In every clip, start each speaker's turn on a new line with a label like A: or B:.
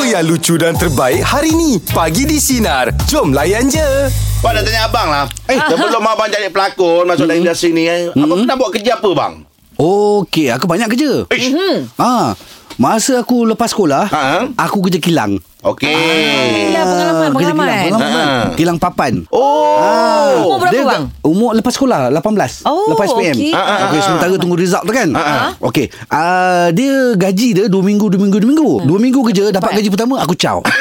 A: yang lucu dan terbaik hari ni. Pagi di Sinar. Jom layan je.
B: Abang nak tanya abang lah eh,
C: Ah.
B: Sebelum abang jadi pelakon Masuk
C: Hmm.
B: dalam industri ni eh, Abang pernah buat kerja apa bang?
C: Okey, aku banyak kerja.
B: Ish
C: Ha. Masa aku lepas sekolah,
B: Ha?
C: aku kerja kilang.
B: Okey
D: Alhamdulillah Ya,
C: Ah,
D: pengalaman
C: kerja
D: pengalaman.
C: Kilang, pengalaman.
B: Ha.
C: Kilang papan.
B: Oh
D: Umur berapa
C: Dia
D: bang?
C: Umur lepas sekolah 18
D: Oh,
C: Lepas SPM
D: okey.
C: okay.
D: Ah,
B: ah, ah.
C: sementara tunggu result tu kan Okey uh, Dia gaji dia 2 minggu 2 minggu 2 minggu
D: Hmm.
C: 2 minggu kerja
D: eh?
C: Dapat gaji pertama Aku caw Ah,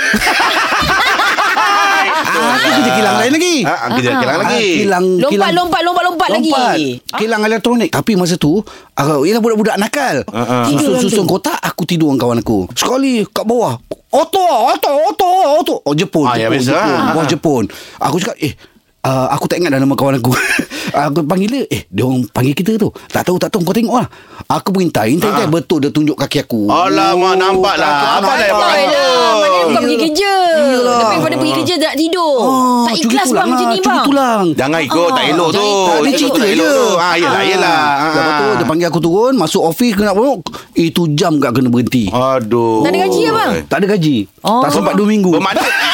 C: Aku kerja kilang lain lagi
B: Ah, ah, Kerja kilang lagi
C: Ah, Kilang
D: Lompat,
C: kilang,
D: lompat, lompat, lompat lagi. Ah.
C: Kilang elektronik Tapi masa tu aku, Ialah budak-budak nakal
B: ah.
C: Susun-susun kotak Aku tidur dengan kawan aku Sekali kat bawah Oto Oto Oto Oto Oh Jepun
B: Ah, ya,
C: Jepun,
B: biasa,
C: Jepun,
B: ah.
C: Bawah Jepun Aku cakap Eh Uh, aku tak ingat dah nama kawan aku Aku panggil dia Eh dia orang panggil kita tu Tak tahu tak tahu kau tengok lah Aku pun hintai Hintai, hintai betul dia tunjuk kaki aku
B: Ah,
C: Oh,
B: Alamak, nampak lah. Abang dah
D: Betul
B: Abang-
D: lah Maknanya bukan
C: Yelah.
D: pergi kerja
C: Yelah.
D: Tapi daripada pergi kerja Tak tidur
C: Ah,
D: Tak
C: curi
D: ikhlas
C: tulang
D: bang macam
C: lah,
D: ni
C: curi
D: bang
C: tulang
B: Jangan ikut
C: Ah.
B: Tak elok tu
D: jangan ikut.
C: Dia
B: Ikut
C: cerita
B: tak elok
C: je.
B: tu ah, Yelah yelah Ah.
C: Lepas tu dia panggil aku turun Masuk office kena buruk Itu jam kat kena berhenti
B: Oh. Aduh
D: Tak ada gaji ke, bang?
C: Tak ada gaji
D: Oh.
C: Tak sempat 2 minggu
B: Bermakna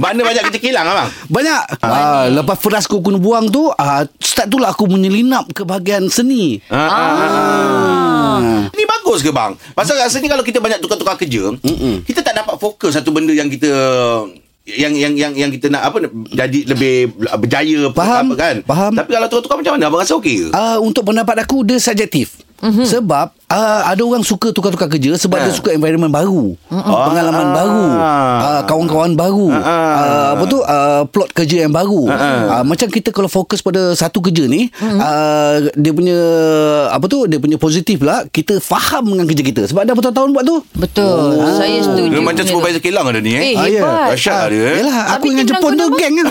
B: Mana banyak kerja kilang abang?
C: Banyak ah, Lepas fras aku kena buang tu ah, Start tu lah aku menyelinap ke bahagian seni
B: Ah, ah, ah. Ni bagus ke bang? Pasal rasanya kalau kita banyak tukar-tukar kerja, Mm-mm. kita tak dapat fokus satu benda yang kita yang yang yang yang kita nak apa jadi lebih lah, berjaya apa-
C: Faham,
B: apa kan?
C: faham.
B: Tapi kalau tukar-tukar macam mana? Abang rasa okey ke?
C: uh, Untuk pendapat aku Dia subjektif
D: Mhm.
C: mm-hmm. Sebab uh, Ada orang suka tukar-tukar kerja Sebab
B: Ha.
C: dia suka environment baru
D: Mhm.
C: Pengalaman
B: Ah.
C: baru uh, Kawan-kawan baru
B: Ah.
C: uh, Apa tu uh, Plot kerja yang baru uh, Macam kita kalau fokus pada Satu kerja ni
D: Mhm.
C: mm-hmm. uh, Dia punya Apa tu Dia punya positif lah Kita faham dengan kerja kita Sebab dah bertahun-tahun buat tu
D: Betul
C: Oh.
D: Saya setuju
B: Dia macam
D: punya tu.
B: supervisor kilang ada ni eh.
D: Eh
C: Ah, ya.
D: hebat
B: Dahsyat lah dia. eh.
C: Yelah
D: Habis
C: aku dengan
D: dia
C: Jepun tu
D: bilang kau
C: geng kan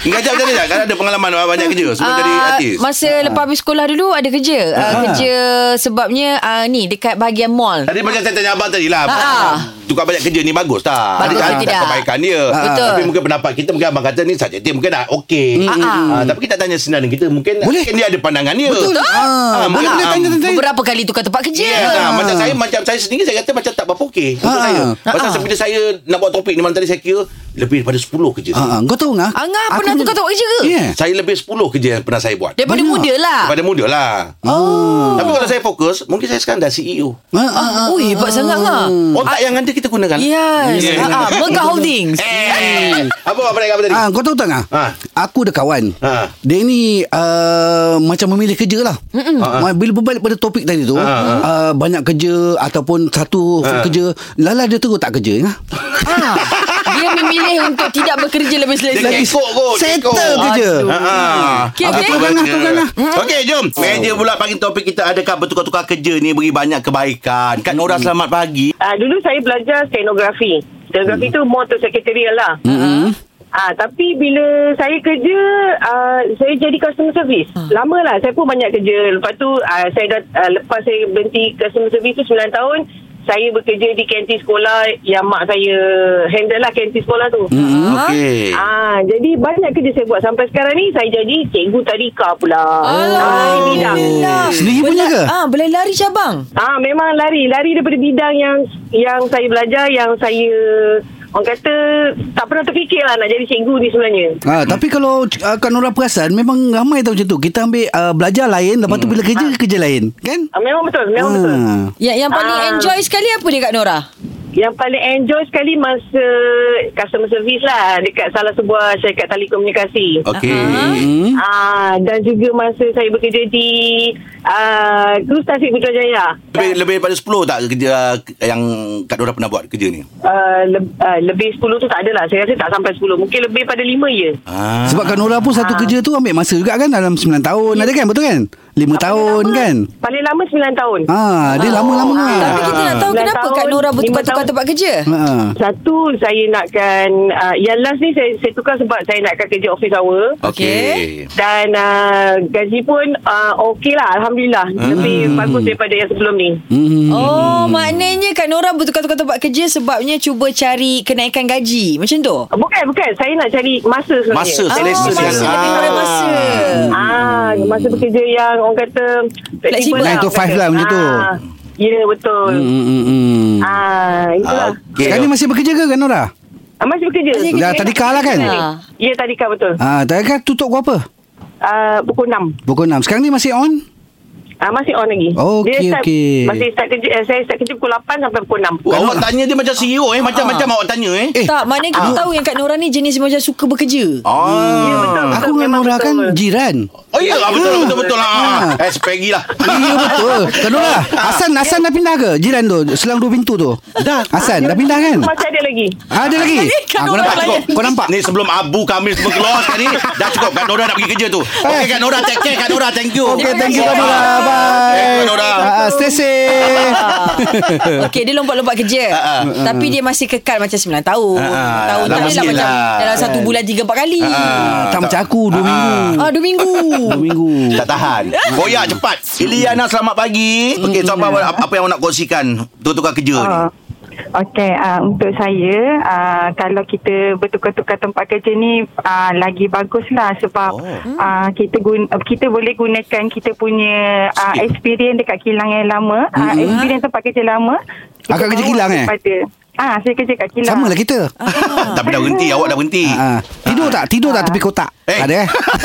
B: Ngajak macam ni tak? Kalau ada pengalaman abang banyak kerja sebelum jadi
D: Ah,
B: artis.
D: Masa lepas habis sekolah dulu Ada kerja Ah, Kerja sebabnya ah, Ni dekat bahagian mall
B: Tadi macam saya tanya abang tadi lah
D: Ah, ah.
B: Tukar banyak kerja ni bagus tak?
D: Bagus
B: ada
D: ke tidak?
B: kebaikan dia Ha,
D: Ah. Betul.
B: Tapi mungkin pendapat kita Mungkin abang kata ni subjektif Mungkin dah okey
D: Ah, ah.
B: Ah, Tapi kita tanya senang kita Mungkin,
C: Boleh.
B: mungkin dia ada pandangan dia
C: Betul. Ah,
B: mungkin,
C: boleh, boleh
B: ah,
C: tanya, tanya. Saya-
D: Beberapa kali tukar tempat kerja
B: Yes, ah. Macam saya Macam saya sendiri Saya kata macam tak berapa okey Untuk
C: Ah.
B: saya Pasal
D: Ah.
B: bila saya Nak buat topik ni Malam tadi saya kira Lebih daripada 10 kerja saya.
C: Ah, ah, kau tahu ngah?
D: Angah
C: Aku
D: pernah
C: dulu-
D: tukar tempat kerja ke?
C: Ya. Yeah.
B: Saya lebih 10 kerja Yang pernah saya buat
D: Daripada
C: Banyak.
D: muda lah
B: Daripada muda lah
C: Oh.
B: Tapi kalau saya fokus Mungkin saya sekarang dah CEO
C: Ah, ah, ah,
D: Oh hebat sangat lah
C: Hmm.
B: Otak yang ada kita gunakan
D: Yes
B: Yeah.
D: Ah, ah, Mega Holdings
B: Eh, Apa abang nak kata tadi?
C: Ah, kau tahu tak ngah?
B: Ha.
C: Aku ada kawan.
B: Ha.
C: Dia ni uh, macam memilih kerja lah.
B: Ha,
C: Ma- Bila berbalik pada topik tadi tu,
B: Ha, ha.
C: uh, banyak kerja ataupun satu
B: Ha.
C: kerja, lala dia terus tak kerja ngah.
D: Ah, Dia memilih untuk tidak bekerja lebih
B: Dia
D: selesa.
B: lagi kekok kot
C: Settle
B: kekok.
C: kerja.
B: Ha, ha.
D: Okey,
B: Apa
D: okey.
B: tu
C: Tukar
B: benda?
C: lah, tukar lah.
B: Okey jom Meja pula pagi topik kita Adakah bertukar-tukar kerja ni Beri banyak kebaikan Kak Nora selamat pagi
E: Ah, dulu saya belajar stenografi. Stenografi tu more to secretarial lah. Hmm. Mm-hmm. Ah, tapi bila saya kerja, ah, saya jadi customer service. Lama lah, saya pun banyak kerja. Lepas tu, ah, saya dah, ah, lepas saya berhenti customer service tu 9 tahun, saya bekerja di kantin sekolah yang mak saya handle lah kantin sekolah tu. Mm-hmm.
B: Okey
E: Ah, jadi banyak kerja saya buat sampai sekarang ni saya jadi cikgu tadika pula. Ah, di bidang.
C: Sendiri punya ke?
D: Ah, boleh lari cabang.
E: Ah memang lari, lari daripada bidang yang yang saya belajar yang saya orang kata tak pernah terfikir lah nak jadi cikgu ni sebenarnya.
C: Ha, tapi kalau uh, Kak Nora perasan Memang ramai tau macam tu Kita ambil uh, belajar lain Lepas tu bila kerja Kerja lain Kan?
E: Ah, memang betul, memang betul.
C: Ah.
D: Yang yang paling
E: Ah.
D: enjoy sekali apa dia Kak Nora?
E: Yang paling enjoy sekali masa customer service lah dekat salah sebuah syarikat telekomunikasi.
B: Okey
C: Hmm.
E: Ah dan juga masa saya bekerja di ah Cruise Tasik Putrajaya.
B: lebih, lebih daripada 10 tak kerja Yang Kak Nora pernah buat kerja ni
E: Uh, le- uh, lebih 10 tu tak adalah Saya rasa tak sampai 10 Mungkin lebih pada ya. 5 je
B: Ah.
C: Sebab Kak Nora pun satu kerja tu ambil masa juga kan dalam 9 tahun ada kan betul kan? 5 tahun
E: Paling lama-
C: kan?
E: Paling lama 9 tahun
C: Ha, dia lama-lama
D: Ah,
C: kan.
D: Tapi kita nak tahu
E: Sembilan
D: kenapa
E: tahun,
D: Kak Nora
E: lima
D: bertukar-tukar
E: tahun.
D: tempat kerja.
C: Ha.
E: Satu saya nakkan uh, Yang last ni saya, saya tukar sebab saya nakkan kerja office hour
B: Okey
E: Dan uh, gaji pun uh, okey lah Alhamdulillah Lebih bagus daripada yang sebelum ni
C: Hmm.
D: Oh, maknanya Kak Nora bertukar-tukar tempat kerja sebabnya cuba cari kenaikan gaji. Macam tu?
E: Uh, Bukan bukan Saya nak cari masa sebenarnya
B: Masa
E: Saya
B: selesa
E: nak-
D: masa,
B: dengan-
D: lebih kepada
B: Ah.
D: masa.
E: Ah, masa bekerja yang orang kata
D: Flexible.
E: fleksibel
C: Hmm.
E: lah,
C: Nine to
E: orang
C: five
E: kata.
C: lah macam tu.
E: Ah, Ya Ah, betul
C: Hmm. Hmm.
E: Ah, itulah.
B: Okey.
C: Sekarang ni masih bekerja ke kan Nora?
E: Ah, masih bekerja.
D: Masih
C: Dah
D: bekerja.
C: tadika lah kan?
D: Ha.
E: Ya, tadika betul.
C: Ah, tadi kan tutup pukul apa?
E: Ah, pukul 6.
C: Pukul 6. Sekarang ni masih on?
E: Ah, masih on lagi.
C: Okey,
E: Dia start,
C: okey.
E: Masih start kerja, eh, saya start kerja pukul 8 sampai pukul 6.
B: Wah, awak tanya dia macam CEO eh. Macam-macam awak tanya eh.
C: Eh,
D: Tak, maknanya kita tahu yang Kak Nora ni jenis macam suka bekerja.
E: Ya,
B: Ah.
E: betul.
C: aku dengan
E: Memang
C: Nora
E: betul.
C: kan jiran.
B: Oh ya, betul betul betul, betul lah.
C: Ah.
B: Eh, Peggy lah.
C: Ya betul. Kan Nora, Hasan Hasan dah pindah ke jiran tu? Selang dua pintu tu. Dah. Hasan dah pindah kan?
E: Masih ada lagi.
C: Ada lagi.
D: Tadi kan Kak
C: Ah, kau
D: Nora
C: nampak?
D: layan.
C: Kau nampak?
B: Ni sebelum Abu Kamil semua keluar sekali Dah cukup Kak Nora nak pergi kerja tu Okay Kak Nora take care Kak Nora thank you
C: Okay, thank you
D: Terima
C: Kak Nora.
D: kasih.
B: Thank you,
C: Bye.
B: Kak Nora.
C: Ah, Stay safe.
D: Okey, dia lompat-lompat kerja. Tapi dia masih kekal macam 9 tahun.
B: Ah, ah,
D: tahun
B: lama
D: tadi lah
B: sikit
D: macam
B: lah.
D: dalam satu bulan 3 4 kali.
B: Ah,
C: Tak macam aku, dua
B: Ah.
C: minggu.
D: Ah, dua minggu.
C: Dua minggu.
B: Tak tahan Koyak cepat Iliana selamat pagi Okay so apa, apa apa yang awak nak kongsikan Untuk tukar kerja ni
F: Ah. Okey, uh, untuk saya uh, kalau kita bertukar-tukar tempat kerja ni uh, lagi baguslah sebab oh. uh, kita guna, kita boleh gunakan kita punya uh,
B: Skill.
F: experience dekat kilang yang lama, uh, experience tempat kerja lama. kita
C: Hmm. Akak kerja
F: bawa
C: kilang, eh?
F: kepada- Ah, saya kerja kat kilang.
C: Sama lah kita.
B: Hmm. Tapi dah berhenti Awak dah berhenti
C: Ah, Tidur tak? Tidur tak tepi kotak?
B: Eh.
C: Ada eh?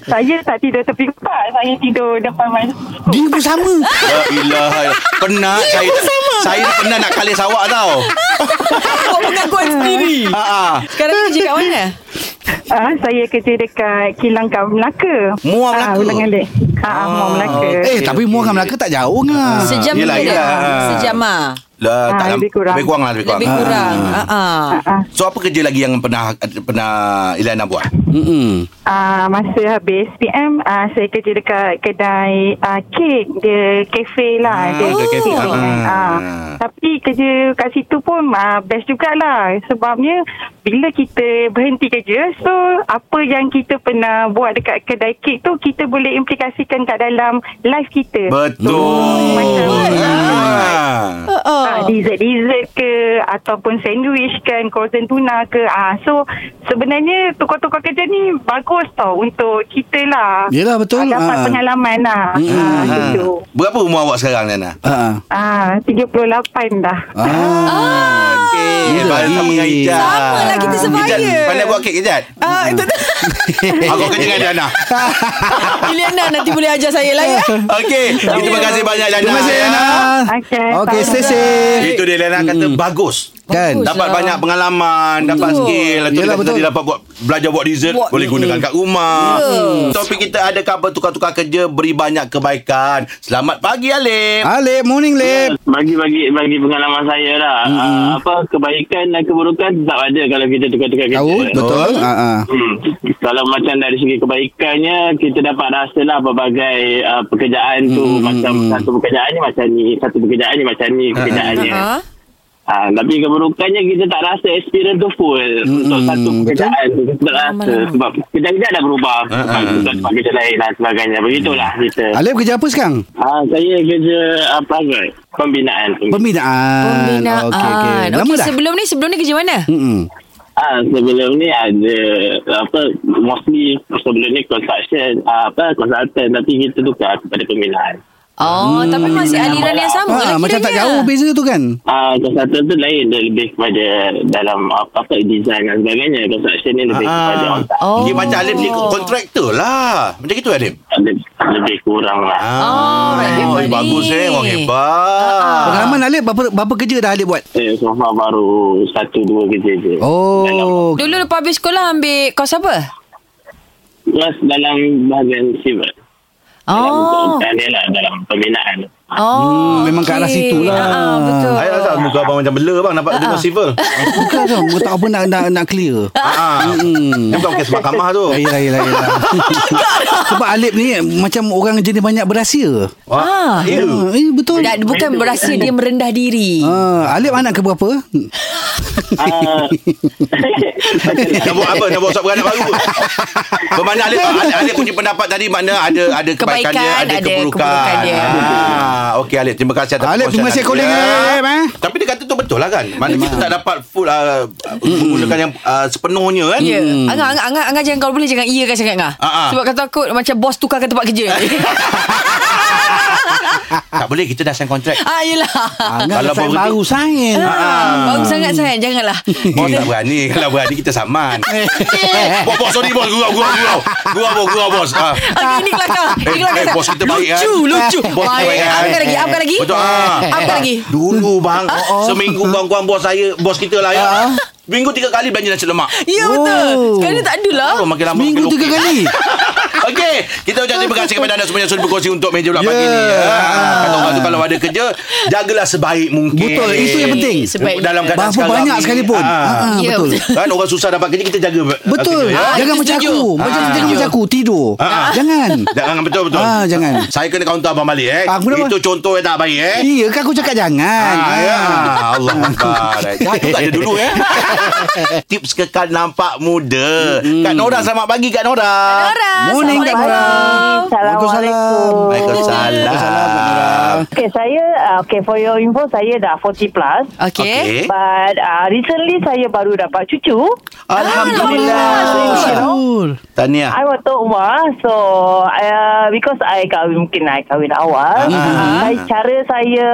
F: saya, saya tak tidur tepi kotak, saya tidur depan microscope.
C: Dia pun sama.
B: Ya ilah Penat saya Saya dah penat nak kalis awak tau
D: Buat pengakuan sendiri.
B: Ah, ah.
D: Sekarang ni kerja kat mana?
F: Ah, saya kerja dekat kilang kat Melaka.
B: Muar Melaka?
F: Ah, Ulang Alik. Ah, ah, Muar
B: Ah,
F: Melaka.
B: okey. Ah.
C: Eh, tapi muang Melaka tak jauh ngah.
D: Sejam
B: yelah,
D: lebih
B: yelah.
D: dah. Sejam ah.
B: Lah,
F: Ah,
B: tak lam-
F: lebih kurang.
B: Lebih kurang lah Lebih kurang,
D: Lebih kurang. Ha ah.
F: Ah, ah.
B: So apa kerja lagi yang pernah pernah Iliana buat?
C: Mm-mm.
F: Uh, masa habis PM uh, Saya kerja dekat kedai uh, Kek Dia kafe lah Dia
B: kedai kafe.
F: kek kan.
B: Ah.
F: Ah, Tapi kerja kat situ pun uh, Best jugalah Sebabnya Bila kita berhenti kerja So Apa yang kita pernah Buat dekat kedai kek tu Kita boleh implikasikan Kat dalam Life kita
B: Betul.
F: Macam
B: Ah.
D: Oh,
F: Ah, dessert-dessert ke ataupun sandwich kan frozen tuna ke ah so sebenarnya tukar-tukar kerja ni bagus tau untuk kita lah
C: Yelah, betul.
F: ah, dapat
C: Ah. Mm-hmm.
F: pengalaman lah ah
B: Ah.
F: gitu
B: Berapa umur awak sekarang Nana?
C: Ah.
F: ah 38 dah
C: Ah.
D: Eh,
B: Okey,
C: Muda
B: baru
C: lagi.
B: sama dengan Ijat.
D: Sama lah, kita sebaya.
B: Ijat, pandai buat kek Ijat.
D: Ah, itu tu.
B: Aku kerja dengan Nana.
D: Iliana nanti boleh ajar saya lah ya.
B: Okey, terima kasih banyak Nana. Eh,
C: Terima kasih Ana.
F: Okey,
C: Okey, stay
F: sama-sama.
C: safe.
B: Itu dia Lena kata bagus.
C: Kan?
D: Bagus.
B: Dapat
D: lah.
B: banyak pengalaman, dapat
D: Betul.
B: skill, lepas tu
C: Yelah,
B: dia kata
C: betul.
B: dia dapat buat belajar buat dessert,
D: Buat-
B: boleh gunakan kat rumah. Yeah. Topik kita ada kabar tukar-tukar kerja beri banyak kebaikan. Selamat pagi Alif.
C: Alip, morning Lip.
G: bagi-bagi bagi pengalaman saya lah. Mm-hmm. Uh, apa kebaikan dan keburukan tetap ada kalau kita tukar-tukar kerja.
C: Tahu? Betul. Ah, ah.
G: Hmm. Kalau macam dari segi kebaikannya kita dapat rasalah pelbagai uh, pekerjaan tu
C: Hmm.
G: macam satu pekerjaan ni macam ni, satu pekerjaan ni macam ni pekerjaannya.
D: Ha.
G: Ah, tapi keburukannya kita tak rasa experience tu full
C: Hmm,
G: mm, untuk satu
C: betul. Ha,
G: pekerjaan tu kita tak rasa
D: Lama-lama.
G: sebab kejap-kejap dah berubah
B: Ah, ah,
G: uh,
B: ah.
G: uh, kerja lain dan sebagainya begitulah kita
C: Alip kerja apa sekarang?
G: ah, saya kerja apa uh, pembinaan
C: Pembinaan.
D: Pembinaan.
C: Ah,
D: Ah,
C: Okey, okey. Lama
D: Okey,
C: dah? Hmm.
D: sebelum ni sebelum ni kerja mana?
C: Mm-mm.
G: Ah sebelum ni ada apa mostly sebelum ni construction ah, apa consultant tapi kita tukar kepada pembinaan.
D: Oh, tapi masih aliran yang sama
C: Ah,
D: lah
C: macam tak jauh
D: kiranya.
C: beza tu kan?
G: Ah consultant tu lain dia lebih kepada dalam apa, apa design dan sebagainya. Construction ni lebih kepada
B: Ah.
G: on site.
D: Oh.
B: Dia macam Alif ni kontraktor lah. Macam gitu Alif.
G: Lebih, lebih kurang lah.
B: Ah.
D: Oh, right,
B: oh,
D: hebat
B: bagus
D: ni.
B: eh. Orang hebat.
C: Pengalaman Alip berapa berapa kerja dah Alip buat?
G: Saya Eh, so far baru satu dua kerja je.
C: Oh.
D: Dulu lepas habis sekolah ambil kos apa?
G: Plus dalam bahagian civil.
D: Oh.
G: Dalam, dalam, lah, dalam pembinaan.
D: Oh,
C: Hmm, memang ke arah
D: okey.
C: situ lah.
D: Ah, ah, betul.
B: Ayah tak tahu muka abang macam bela bang Nampak dia tengok civil
C: Ah, Bukan tau, kau tak apa nak nak, nak clear.
B: Ah, Dia bukan kes mahkamah tu
C: Ah, Yelah, yelah, yelah. Sebab Alip ni macam orang jenis banyak berahsia.
B: Wah,
C: Ya,
B: eh,
C: eh, betul.
D: Dan bukan berasa dia merendah diri.
C: Ah, Alip anak ke berapa?
G: Ah,
B: Nak buat apa Nak buat suap beranak baru Bermakna Alif Alif- Alif punya pendapat tadi Makna ada ada kebaikan, dia Ada,
D: Kebaikan, ada
B: keburukan
D: keburukan dia.
B: ah, Okey Alif Terima kasih atas
C: Alif, terima kasih
B: perkongsian
C: calling,
B: anda.
C: Alif, eh.
B: Tapi dia kata tu betul lah kan Makna kita tak dapat full uh, Menggunakan yang uh, sepenuhnya kan
D: Ya. Yeah. Angah, Angah, Angah, Angah jangan kalau boleh jangan iya kan sangat Angah.
B: Ah, ah.
D: Sebab kata aku macam bos tukar ke tempat kerja.
B: tak boleh kita dah sign kontrak.
D: Ah, yelah.
C: Ah, kalau
B: Kalau
C: sign
B: berhenti-
C: baru sign.
D: Ah, bagus sangat sangat janganlah.
B: Bos tak berani Kalau berani kita saman
C: Eh.
B: Bos bos sorry bos Gurau gurau gurau Gurau bos gurau bos ah.
D: Okey, ini kelakar. Ini
B: Eh,
D: kelakar.
B: eh, bos kita baik kan
D: Lucu, lucu. Ah,
B: Bos kita
D: Baik.
B: baik kan
D: Apa lagi? Apa lagi?
B: Betul ah.
D: Apa lagi?
B: Dulu bang
C: oh, Ah.
B: Seminggu kawan-kawan bos saya Bos kita lah ya Minggu tiga kali belanja nasi lemak
D: Ya betul.
C: Oh.
D: Sekarang ni tak lah. adalah.
B: Oh, makin lama makin
C: Minggu tiga
B: okey.
C: kali.
B: Okey, kita ucap terima kasih kepada anda semua yang sudah berkongsi untuk meja bulat pagi ni.
C: Yeah.
B: Ha, Kata orang tu kalau ada kerja, jagalah sebaik mungkin.
C: Betul, itu yang penting.
D: Sebaik
B: Dalam
D: mungkin.
B: keadaan
C: Berapa
B: sekarang
C: banyak
B: ni,
C: sekalipun.
B: ha.
C: Ah,
D: Ya,
C: betul.
D: betul.
B: Kan orang susah dapat kerja kita jaga. uh,
C: Betul.
B: kerja,
C: Ah,
B: ya?
C: jangan
D: itu
C: macam
D: setuju.
C: aku. Macam
B: Ah.
C: jangan macam aku tidur.
B: Ah.
C: Jangan.
B: Jangan betul betul.
C: Ah, jangan.
B: Saya kena kaunter abang balik eh.
C: Ah, kenapa?
B: Itu contoh yang tak baik eh.
C: Iya, kan aku cakap jangan.
B: Ah, ya. Allah Akbar Cakap tak ada dulu ya Tips kekal nampak muda Kak Nora selamat pagi Kak Nora
D: Nora.
C: Morning, Kak Nora. Waalaikumsalam.
B: Waalaikumsalam
F: Okay, saya uh, okay for your info saya dah 40 plus.
D: Okey.
B: Okey.
F: But uh, recently saya baru dapat cucu.
B: Alhamdulillah. Tahniah.
F: I waktu umar So uh, Because I kahwin Mungkin I kahwin awal
B: Ah.
F: uh-huh. Cara saya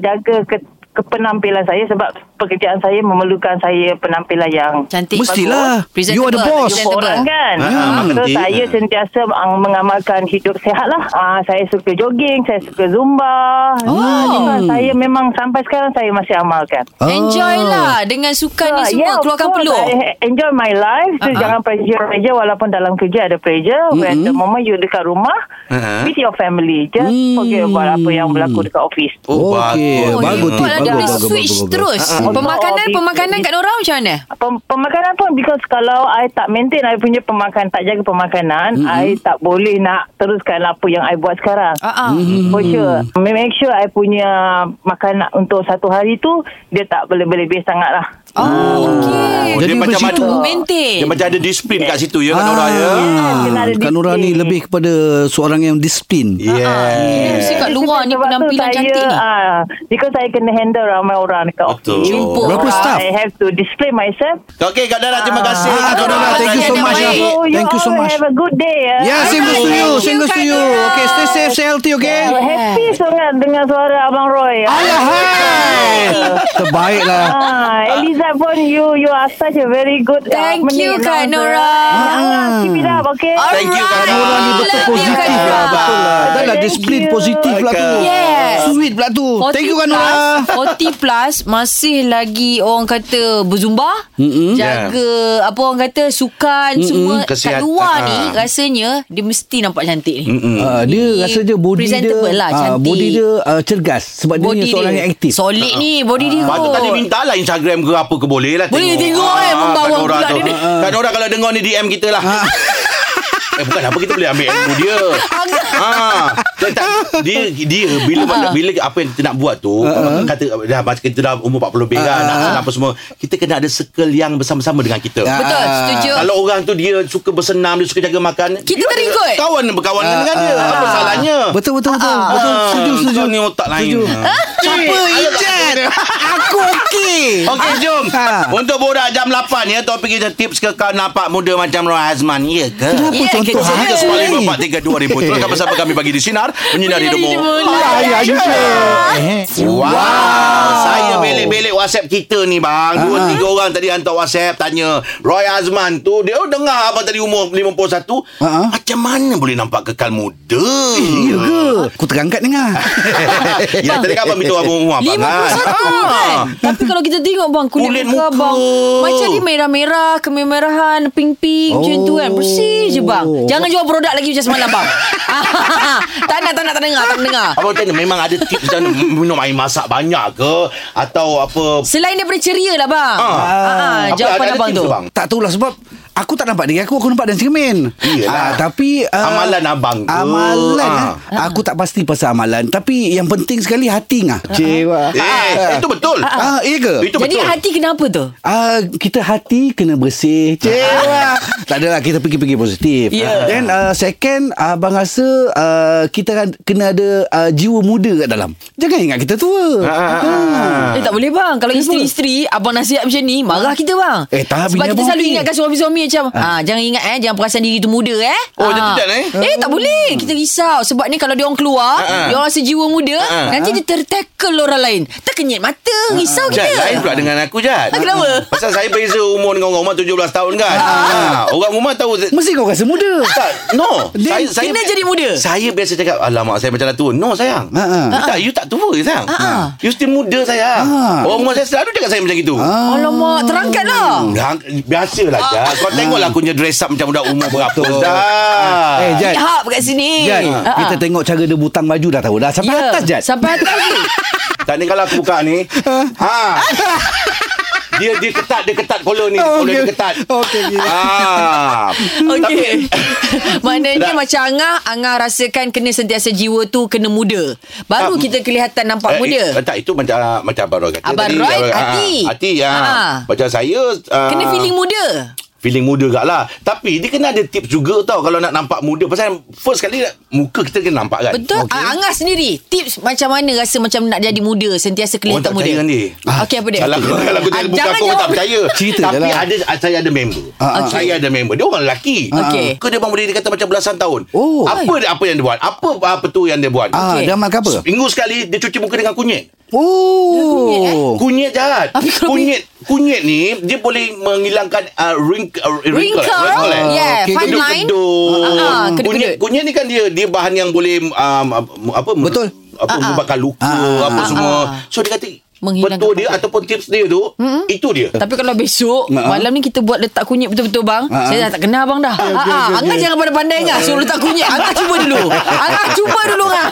F: Jaga ke, kepenampilan saya Sebab pekerjaan saya Memerlukan saya Penampilan yang
D: Cantik.
C: Mestilah.
D: Bagus.
C: You are the
D: Presentable,
C: boss.
F: Jumpa
D: presentable.
F: orang kan
B: Ah,
F: uh, So
B: penting.
F: saya
B: Ah.
F: sentiasa ang- Mengamalkan hidup sehat lah uh, Saya suka jogging Saya suka zumba
D: Oh.
F: Ah, itu lah. Saya memang Sampai sekarang Saya masih amalkan Ah,
C: Ah.
D: Enjoy lah dengan sukan ni semua
F: of
D: keluarkan
F: course,
D: peluh.
F: I enjoy my life. So,
D: Uh-uh.
F: uh-huh. jangan pressure-pressure walaupun dalam kerja ada pressure. Mm-hmm. When the moment you dekat rumah,
B: Uh-huh.
F: uh-huh. with your family.
C: Hmm.
F: Just mm. forget about apa yang berlaku dekat office.
B: Oh,
C: Okey,
B: bagus.
C: Eh, bagus,
D: hebat lah.
C: bagus,
D: Dia boleh
C: bagus,
D: switch
C: bagus, bagus.
D: terus.
F: Ah, ah.
D: Pemakanan,
F: Oh,
D: pemakanan
F: di-
D: kat Nora macam mana?
F: Pem- pemakanan pun because kalau I tak maintain I punya pemakanan tak jaga pemakanan mm-hmm. I tak boleh nak teruskan apa yang I buat sekarang
D: Ah, ah.
C: Mm.
F: mm-hmm. for sure make sure I punya makanan untuk satu hari tu dia tak berlebih-lebih sangat lah
D: Oh, okey.
B: Oh,
C: Jadi
B: dia macam
C: macam
B: ada
C: situ.
D: Maintain.
B: dia macam ada disiplin kat situ ya Kak
C: Ah,
B: Nora ya.
F: kena ada
C: Kak Nora ni
F: disiplin.
C: lebih kepada seorang yang disiplin.
B: Ya. ah.
D: Dia
B: Yeah.
D: mesti kat luar ni
F: Sebab tu
D: penampilan
F: saya,
D: cantik ni.
F: ah, Because saya kena handle ramai orang dekat
B: Betul.
F: office.
D: Jumpa
C: Berapa
D: orang.
C: staff?
F: I have to display myself.
B: Okey Kak Nora terima kasih.
C: Ah, Kak Nora, thank you so
D: Terima
C: much.
D: kasih,
C: ya.
D: Kak Nora.
C: Thank you so
F: all
C: much.
F: Have a good day. ah.
C: Yeah, same goes to you. Same goes to you. Okay, stay safe, stay healthy, okay?
F: Oh, Happy sangat dengan suara Abang Roy.
C: Alahai. Terbaiklah.
F: Ah, Eliza pun you you are such a very good uh,
D: Thank you,
F: menit
D: Kak
F: announcer.
D: Nora.
F: Ah, Keep it up okay
C: Ah.
B: Thank you Kak
D: Alright.
B: Nora.
C: Orang ni betul
D: Love you,
C: positif
B: Ah,
D: Kak
C: lah.
D: Nora.
C: Betul lah. Dah lah
F: Thank
C: disiplin
F: you.
C: positif pula tu.
D: Yes.
C: Sweet pula tu.
D: 40
C: Thank you, Kak Hmm. Nora.
D: plus, 40 plus masih lagi orang kata berzumba, mm-hmm. jaga yeah. apa orang kata sukan mm-hmm. semua kat
B: Kesihatan.
D: luar
B: Ah.
D: ni rasanya dia mesti nampak cantik ni. Mm-hmm.
C: Uh, dia rasa dia body dia
D: Presentable lah,
C: ah,
D: cantik.
C: body dia uh, cergas sebab dia ni seorang yang aktif.
D: Solid ni body dia.
B: Patut
D: kot.
B: tadi minta lah Instagram ke apa ke boleh lah
D: Boleh tengok, eh, membawa
B: Kak Nora
D: pula
B: tu.
D: dia ni. Ah.
B: Kak Nora kalau dengar ni DM kita lah Eh bukan apa kita boleh ambil ilmu dia ha, dia, tak, dia, dia bila
D: Ah.
B: bila apa yang kita nak buat tu kata dah macam kita dah umur 40
D: Ah,
B: lebih kan nak senang apa semua kita kena ada circle yang bersama-sama dengan kita
C: Ah.
D: Betul, setuju.
B: kalau orang tu dia suka bersenam dia suka jaga makan
D: Kita
B: dia
D: terikut. Ah,
B: kawan berkawan dengan dia apa salahnya
C: Ah. Betul betul betul. Betul
B: Ah,
C: setuju setuju.
B: kau ni otak lain
C: Setuju.
B: Ah.
C: Siapa Ijat? Aku okey.
B: Okey jom
C: Ha.
B: Untuk borak jam 8 ya Topik kita tips ke kau nampak muda macam Roy Azman Ya ke?
C: Kenapa Ah,
D: Yeah,
C: contoh
D: kita
C: hal
D: suka
C: ni?
B: Kepala 4432 ribu Teruskan bersama kami pagi di Sinar Menyinari Demo
D: Menyinari hidupmu.
C: Ayah
D: ya.
B: Wow, Saya belik-belik WhatsApp kita ni bang
C: Ah.
B: Dua tiga orang tadi hantar WhatsApp Tanya Roy Azman tu Dia oh, dengar abang tadi umur 51
C: Ah, ah.
B: Macam mana boleh nampak kekal muda
C: Ya ke? Aku terangkat dengar.
B: Ya tadi kan abang beritahu abang umur abang
D: 51
B: kan?
D: kan
B: Ah.
D: Tapi kalau kita tengok bang Kulit,
B: Kulit
D: muka,
B: muka.
D: bang Macam dia merah-merah Kemerah-merahan Pink-pink oh. Macam tu kan Bersih je bang
B: Oh.
D: Jangan jual produk lagi Macam semalam bang Tak nak tak nak tak dengar Tak dengar
B: Abang tanya memang ada tips dan minum air masak banyak ke atau apa
D: Selain daripada ceria lah bang
B: Ah.
D: ah. Ah,
B: Apa, ada
D: Jawapan abang
B: tips
D: tu
B: ke, bang?
C: Tak tahulah sebab Aku tak nampak diri aku Aku nampak dan cermin
B: Iyalah.
C: Ah, Tapi ah,
B: Amalan abang tu.
C: Amalan
B: Ah.
C: ah. Aku tak pasti pasal amalan Tapi yang penting sekali hati ngah. Ah. Cewa
B: Eh, itu betul.
C: Ah, iya ke?
B: Itu
D: Jadi
B: betul.
D: hati kenapa tu
C: Ah, kita hati kena bersih.
B: Ah.
C: Cewa. tak adalah kita fikir-fikir positif.
D: Ya.
C: Then uh, second abang rasa uh, kita kan- kena ada uh, jiwa muda kat dalam. Jangan ingat kita tua.
B: Ah, ah, ah, ah.
D: Hmm. Eh tak boleh bang Kalau isteri-isteri Abang nasihat macam ni Marah kita bang
C: Eh, tak, Ha.
D: Sebab
C: bini
D: kita
C: abang
D: selalu
C: okey.
D: ingatkan suami-suami macam ah jangan ingat eh jangan perasan diri tu muda eh.
B: Oh,
D: Ah.
B: dia tidak, eh?
D: Eh tak boleh. Kita risau sebab ni kalau dia orang keluar,
B: Ah, ah.
D: dia orang sejiwa muda,
B: Ah, ah.
D: nanti dia tertackle orang lain. Terkenyit mata, risau
B: Ha, Jad, lain
D: kita.
B: pula dengan aku, Jad.
D: Ah, kenapa?
B: Hmm.
D: Ah,
B: Pasal saya beza umur dengan orang rumah 17 tahun kan. Ha. Orang rumah tahu...
C: Mesti kau rasa muda.
B: Tak, no.
C: Dia-
D: kena jadi muda. Ah,
B: Saya biasa cakap, alamak saya macam dah tua. No, sayang.
C: Ha, ha.
B: You tak, you tak tua, sayang.
D: ha.
B: You still muda, sayang.
D: Ah.
C: Ha.
B: Orang rumah saya selalu cakap saya macam gitu.
D: Alamak, terangkatlah.
B: Yang biasalah je. Kau tengoklah aku punya dress up macam budak umur berapa
C: Betul.
B: dah.
C: Eh, Jad.
D: Hap kat sini.
C: Jad,
D: Ah, ah.
C: kita tengok cara dia butang baju dah tahu dah. Sampai
D: Ya,
C: atas, Jad.
D: Sampai atas ni.
B: Tak ni kalau aku buka ni. ha. Dia dia ketat, dia ketat kolor ni.
C: Oh,
B: Kolor dia
C: okey.
B: ketat.
C: Okey, okey.
B: Ah.
D: Okey. Maknanya
B: Tak.
D: macam Angah, Angah rasakan kena sentiasa jiwa tu kena muda. Baru
B: Tak.
D: kita kelihatan
B: Eh, eh,
D: nampak muda.
B: tak itu macam macam Abang Roy kata
D: Abang
B: tadi.
D: Roy,
B: Ah,
D: hati.
B: Hati ya.
D: Ha.
B: Macam saya ah,
D: Kena feeling muda.
B: Feeling muda gak lah Tapi dia kena ada tips juga tau Kalau nak nampak muda Pasal first kali Muka kita kena nampak kan
D: Betul. Okay. Angah sendiri tips macam mana rasa macam nak jadi muda, sentiasa
B: Orang
D: kelihatan
B: tak
D: muda. Ah,
B: percaya kan dia
D: Okey apa dia?
B: Kalau aku, kalau aku
D: Ah,
B: tanya muka
D: jangan
B: aku, orang tak
D: jawab.
B: percaya
C: Cerita
B: Tapi
C: je lah.
B: ada, saya ada member
D: Okey.
B: Saya ada member Dia orang lelaki
D: Okey.
B: Muka dia bang boleh dikata macam belasan tahun
C: Oh.
B: Apa dia, apa yang dia buat Apa apa tu yang dia buat
C: Ah,
D: Okey.
C: dia amalkan apa?
B: Minggu sekali Dia cuci muka dengan kunyit
D: eh?
C: Oh.
B: Kunyit jahat
D: Tapi kalau
B: Kunyit Kunyit ni Dia boleh menghilangkan uh, Wrinkle uh,
D: Wrinkle. Ah.
B: eh?
D: Yeah,
C: Okey,
D: fine line.
B: Kedut-kedut
D: Ah, ah, kedut-kedut.
B: Kunyit Kunyit ni kan dia Dia bahan yang boleh um, Apa
C: Betul.
B: Apa
D: Ah, ah.
B: membakar luka
C: Ah,
B: Apa
D: ah,
B: semua
D: ah.
B: So dia kata
D: Menghilangkan
B: Betul dia
D: pakai.
B: Ataupun tips dia tu Itu dia
D: Tapi kalau besok
B: Ah,
C: Ha-ha.
D: Malam ni kita buat letak kunyit betul-betul bang
C: Ha-ha.
D: Saya dah tak kenal abang dah okay, okay, okay. Angah jangan pandai-pandai
B: Ah,
D: Angah Suruh letak kunyit Angah cuba dulu Angah cuba dulu Angah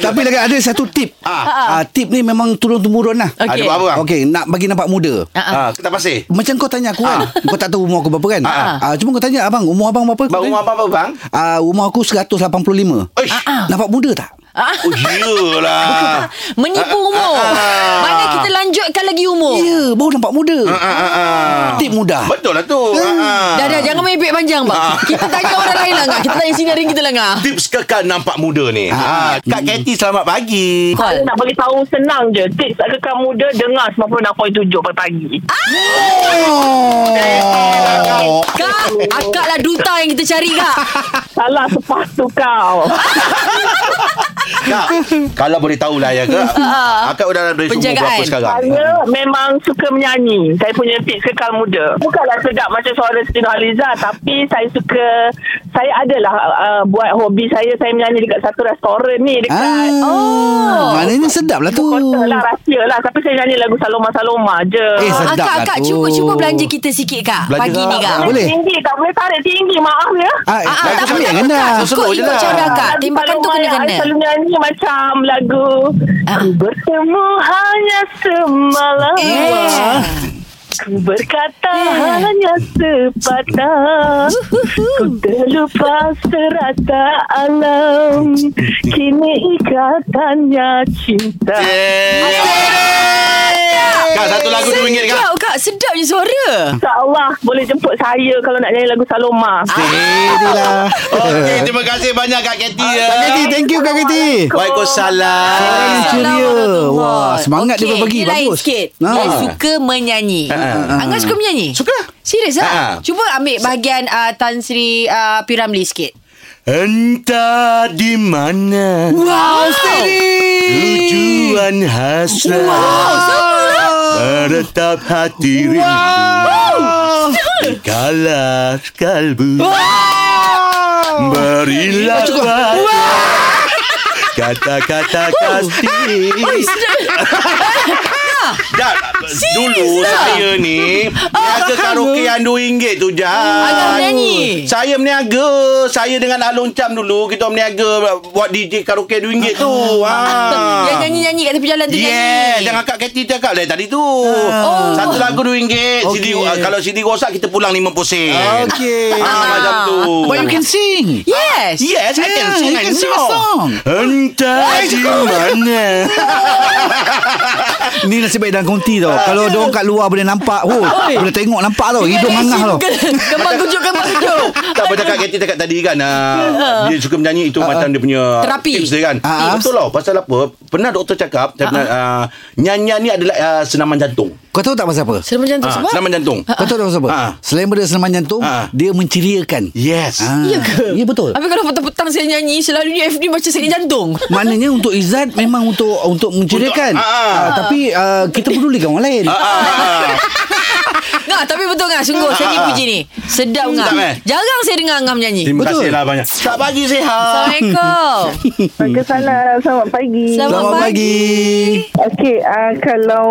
C: Tapi lagi ada satu tip.
D: Ha,
C: Ah, tip ni memang turun-temurun lah.
D: Okey.
B: Ada Ah, buat apa bang
C: Okey, nak bagi nampak muda.
B: ah, Kita pasir
C: Macam kau tanya aku kan Kau tak tahu umur aku berapa kan
B: Ah.
C: ah, Cuma kau tanya Abang umur abang berapa
B: Bang rumah apa bang
C: ah, Umur aku 185
B: Oish
C: Nampak muda tak?
D: Ah,
B: Oh yelah
D: Menipu umur
B: Ah, ah.
D: Mana kita lanjutkan lagi umur
C: Ya yeah, baru nampak muda
B: Ah, ah, ah.
C: Tip mudah
B: Betul lah tu Ah, ah.
D: Hmm. Dah dah jangan mebek panjang bang Kita tanya orang lain lah Angah Kita tanya sinarin kita lah Angah
B: Tips kekal nampak muda ni ah, Kak Katie selamat pagi
D: Call
E: Nak bagi tahu senang je. Tips kekal muda dengar 96.7 pagi-pagi.
C: oh.
D: Kak Akak lah duta yang kita cari kak
E: Salah sepatu kau.
B: Kak, kalau boleh tahulah ya kak. Akak dah dari umur
D: Ah, Penjagaan.
B: berapa sekarang?
E: Saya memang suka menyanyi. Saya punya tips kekal muda. Bukanlah sedap macam suara Siti Nurhaliza tapi saya suka saya adalah uh, buat hobi saya saya menyanyi dekat satu restoran ni dekat
C: Ah, oh. Maknanya sedap lah tu
E: Kota lah rahsia lah Tapi saya nyanyi lagu Saloma-Saloma je
C: Eh, sedap
D: Akak
C: lah
D: akak
C: tu. lah.
D: cuba cuba belanja kita sikit kak
B: Belanja,
D: Pagi ni
B: Kak.
D: kak
E: Tak
C: ah, boleh?
E: Tinggi tak boleh tarik tinggi Maaf ya
C: Ah,
D: Ah, ah,
C: lagu
D: tak apa,
C: kami
D: tak
C: yang
D: apa,
C: anda.
D: Kak. Ikut,
B: Slow je
D: ikut
B: lah.
D: cara Kak.
E: Tapi
D: Tembakan
E: kalau
D: tu
E: Maya,
D: kena-kena.
E: Ah. I selalu nyanyi macam lagu
D: Ah.
E: Ku bertemu hanya semalam
D: Eh.
E: Ku berkata hanya sepatah
D: Uh.
E: Ku terlupa serata alam Kini ikatannya cinta
B: Kak, satu lagu RM2 kak.
D: Sedap kak Sedap je suara
E: InsyaAllah boleh jemput saya kalau nak nyanyi lagu Saloma
D: Ah,
C: Jadilah
B: Okey, terima kasih banyak Kak Katie ya.
C: Kak Keti thank you Kak Keti
B: Waalaikumsalam.
C: Ah, ceria. Wah, semangat dia berbagi.
D: Dia lain
C: Bagus. Ha,
D: sikit
C: Ah.
D: Dia suka menyanyi Angah suka menyanyi?
B: Suka.
D: Serius
C: Ha,
B: Ah.
D: lah? Cuba ambil bahagian ah, Tan Sri ah, Piramli sikit
B: Entah di mana
D: Wow
B: tujuan hasrat. Meretap hati rindu. Dikala kalbu. Berilah pada kata-kata kasih. Jad, dulu
D: lah.
B: saya ni Niaga karaoke yang RM2 tu
D: Agak
B: Jad
D: menyanyi.
B: Saya meniaga Saya dengan Alun Cham dulu Kita meniaga Buat DJ karaoke RM2 tu ha.
D: Yang nyanyi-nyanyi kat tepi jalan tu
B: Yeah,
D: nyanyi
B: jangan Kak Katie cakap lah tadi tu.
D: Ah.
B: Satu
D: Oh.
B: lagu RM2. Okay. CD,
C: Okey.
B: uh, kalau CD rosak kita pulang RM50.
C: Okay
B: Ah, macam tu.
C: But you can sing
D: Yes
B: Yes, I can
C: Yeah,
B: sing.
C: Ya,
B: I
C: you can sing a
B: know.
C: song.
B: Entah di mana.
C: Ni nasib baik dalam konti tau. Kalau dorang kat luar boleh nampak. Oh, boleh tengok nampak
B: Oh,
C: tau. Hidung hangah tau.
D: Kembang kujuk, kembang kujuk.
B: Tak apa cakap Katie cakap tadi kan ah, Dia suka menyanyi Itu
F: Ha,
B: macam dia punya
D: Terapi.
B: Tips dia kan
C: Ah.
B: Betul tau Pasal apa Pernah doktor cakap dia pernah, ah, Nyanyian ni adalah ah, Senaman jantung
C: Kau tahu tak pasal apa?
D: Seram jantung
B: Ah,
D: sebab?
B: Senaman jantung
C: Kau tahu tak pasal apa?
B: Ha.
C: Selain daripada senaman jantung,
B: Ha.
C: dia menceriakan.
B: Yes
F: Ha.
C: Ah,
D: Ya ke?
C: Ya betul.
D: Habis kalau petang-petang saya nyanyi Selalunya FD macam sakit jantung
C: Maknanya untuk Izzat memang untuk untuk menceriakan.
B: Untuk- ah, ah.
C: Ah, tapi ah, kita pedulikan orang lain.
B: Ah.
D: Ngah Ha, tapi betul Ngah Sungguh saya ni puji ni Sedap Ngah
B: Sedap, eh?
D: Jarang saya dengar Ngah menyanyi
B: Terima kasih
C: Betul.
B: lah banyak Tak pagi sihat
D: Assalamualaikum
F: Waalaikumsalam. Selamat pagi.
D: Selamat
C: Selamat pagi.
F: Okey, uh, kalau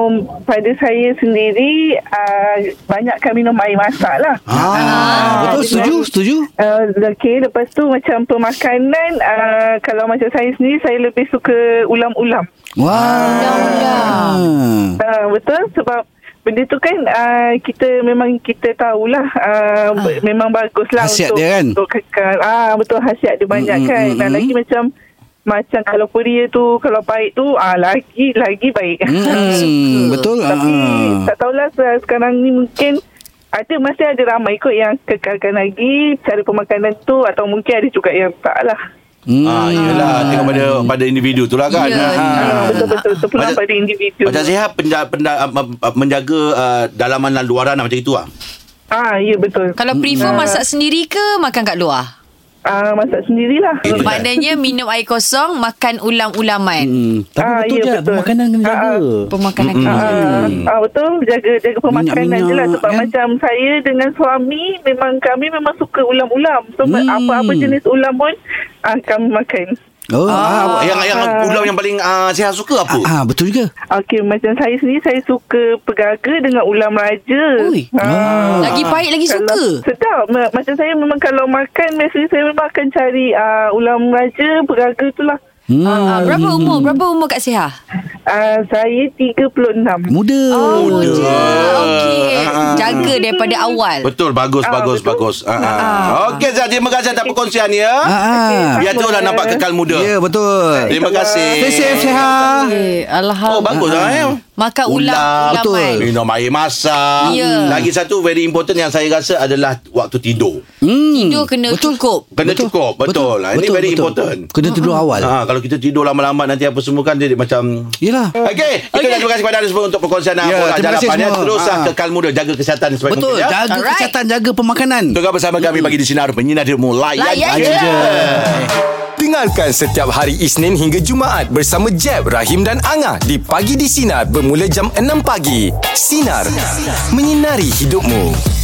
F: pada saya sendiri uh, banyakkan minum air masak lah.
C: Ah, betul setuju, setuju.
F: Uh, okay, lepas tu macam pemakanan uh, kalau macam saya sendiri saya lebih suka ulam-ulam.
C: Wah.
F: Uh, betul sebab benda tu kan uh, kita memang kita tahulah uh, ah. memang baguslah
C: Khasiat
F: untuk
C: dia kan?
F: untuk kekal. Ah betul khasiat dia banyak
C: Mm,
F: mm, kan.
C: mm, mm,
F: Dan
C: mm.
F: lagi macam macam kalau peria tu kalau baik tu ah lagi lagi baik.
C: Hmm, betul.
F: Tapi
C: Ah.
F: tak tahulah se- sekarang ni mungkin ada masih ada ramai kot yang kekalkan lagi cara pemakanan tu atau mungkin ada juga yang tak lah.
C: Hmm.
B: Ah, yelah Tengok pada
F: Hmm.
B: pada individu tu lah kan
D: Ya,
B: Ah.
F: Ah, Betul-betul terpulang
B: Macam-
F: pada individu.
B: Macam sihat penda, penda, ah, menjaga ah, dalaman dan luaran lah, macam itu lah
F: Ah, ya betul.
D: Kalau prefer masak sendiri ke Makan kat luar
F: Ah, masak sendirilah.
B: Eh,
D: Maknanya minum air kosong Makan ulam-ulaman
C: Hmm, tapi
F: Ah,
C: betul
F: ya,
C: je
F: betul.
C: Pemakanan
D: Ah,
C: kena jaga
D: Pemakanan kat luar.
F: Ah, ah, betul jaga jaga pemakanan je lah
C: Hmm. minyak,
F: sebab
C: kan?
F: macam saya dengan suami memang kami memang suka ulam-ulam. So
C: Hmm.
F: apa-apa jenis ulam pun ah, kami makan.
C: Oh, ah,
B: Yang yang ulam yang paling ah, sihat suka apa?
C: ah, ah, Betul juga
F: Okey macam saya sendiri saya suka pegaga dengan ulam raja.
D: Ui.
F: Ah.
D: Lagi pahit lagi
F: Kalau-
D: suka
F: Sedap. Ma- Macam saya memang kalau makan biasanya saya memang akan cari ah, ulam raja pegaga tu lah.
C: hmm.
D: Ah, Berapa umur Berapa umur Kak Seha
F: Ah, saya 36.
C: Muda
D: Oh je Okey
B: Ah.
D: Jaga daripada awal
B: Betul, bagus,
F: Ah,
B: bagus,
F: betul.
B: bagus. Ah, ah. Okey, Zah, terima kasih atas perkongsian ya.
C: ah, ah.
B: Biar tu lah nampak kekal muda.
C: Ya betul
B: Terima kasih.
C: Stay safe Seha
D: Eh,
B: Oh,
D: Alhamdulillah
B: bagus lah eh.
D: Makan ulam
B: Ulam,
D: Ulaman
B: Minum air masak.
D: Ya.
B: Lagi satu very important yang saya rasa adalah waktu tidur.
D: Tidur kena cukup
B: Kena cukup, betul. lah. Ini very important.
C: Kena tidur awal
B: Ah, kalau kita tidur lama-lama nanti apa semua kan dia macam
C: Yelah
B: Okey, kita okay. terima kasih kepada anda semua untuk perkongsian
C: Ya,
B: yeah,
C: terima
B: acara
C: kasih
B: pandai.
C: semua.
B: Terus
C: Ah.
B: ah. kekal muda, jaga kesihatan sebaik
C: Betul
B: mungkin. ya.
C: Jaga
D: Alright.
C: kesihatan Jaga pemakanan
B: Tengah bersama kami bagi di Sinar Penyinar Dirimu Layan,
D: Layan
B: je.
D: je.
A: Dengarkan setiap hari Isnin hingga Jumaat bersama Jeb, Rahim dan Angah di Pagi di Sinar bermula jam 6 pagi. Sinar. Menyinari hidupmu.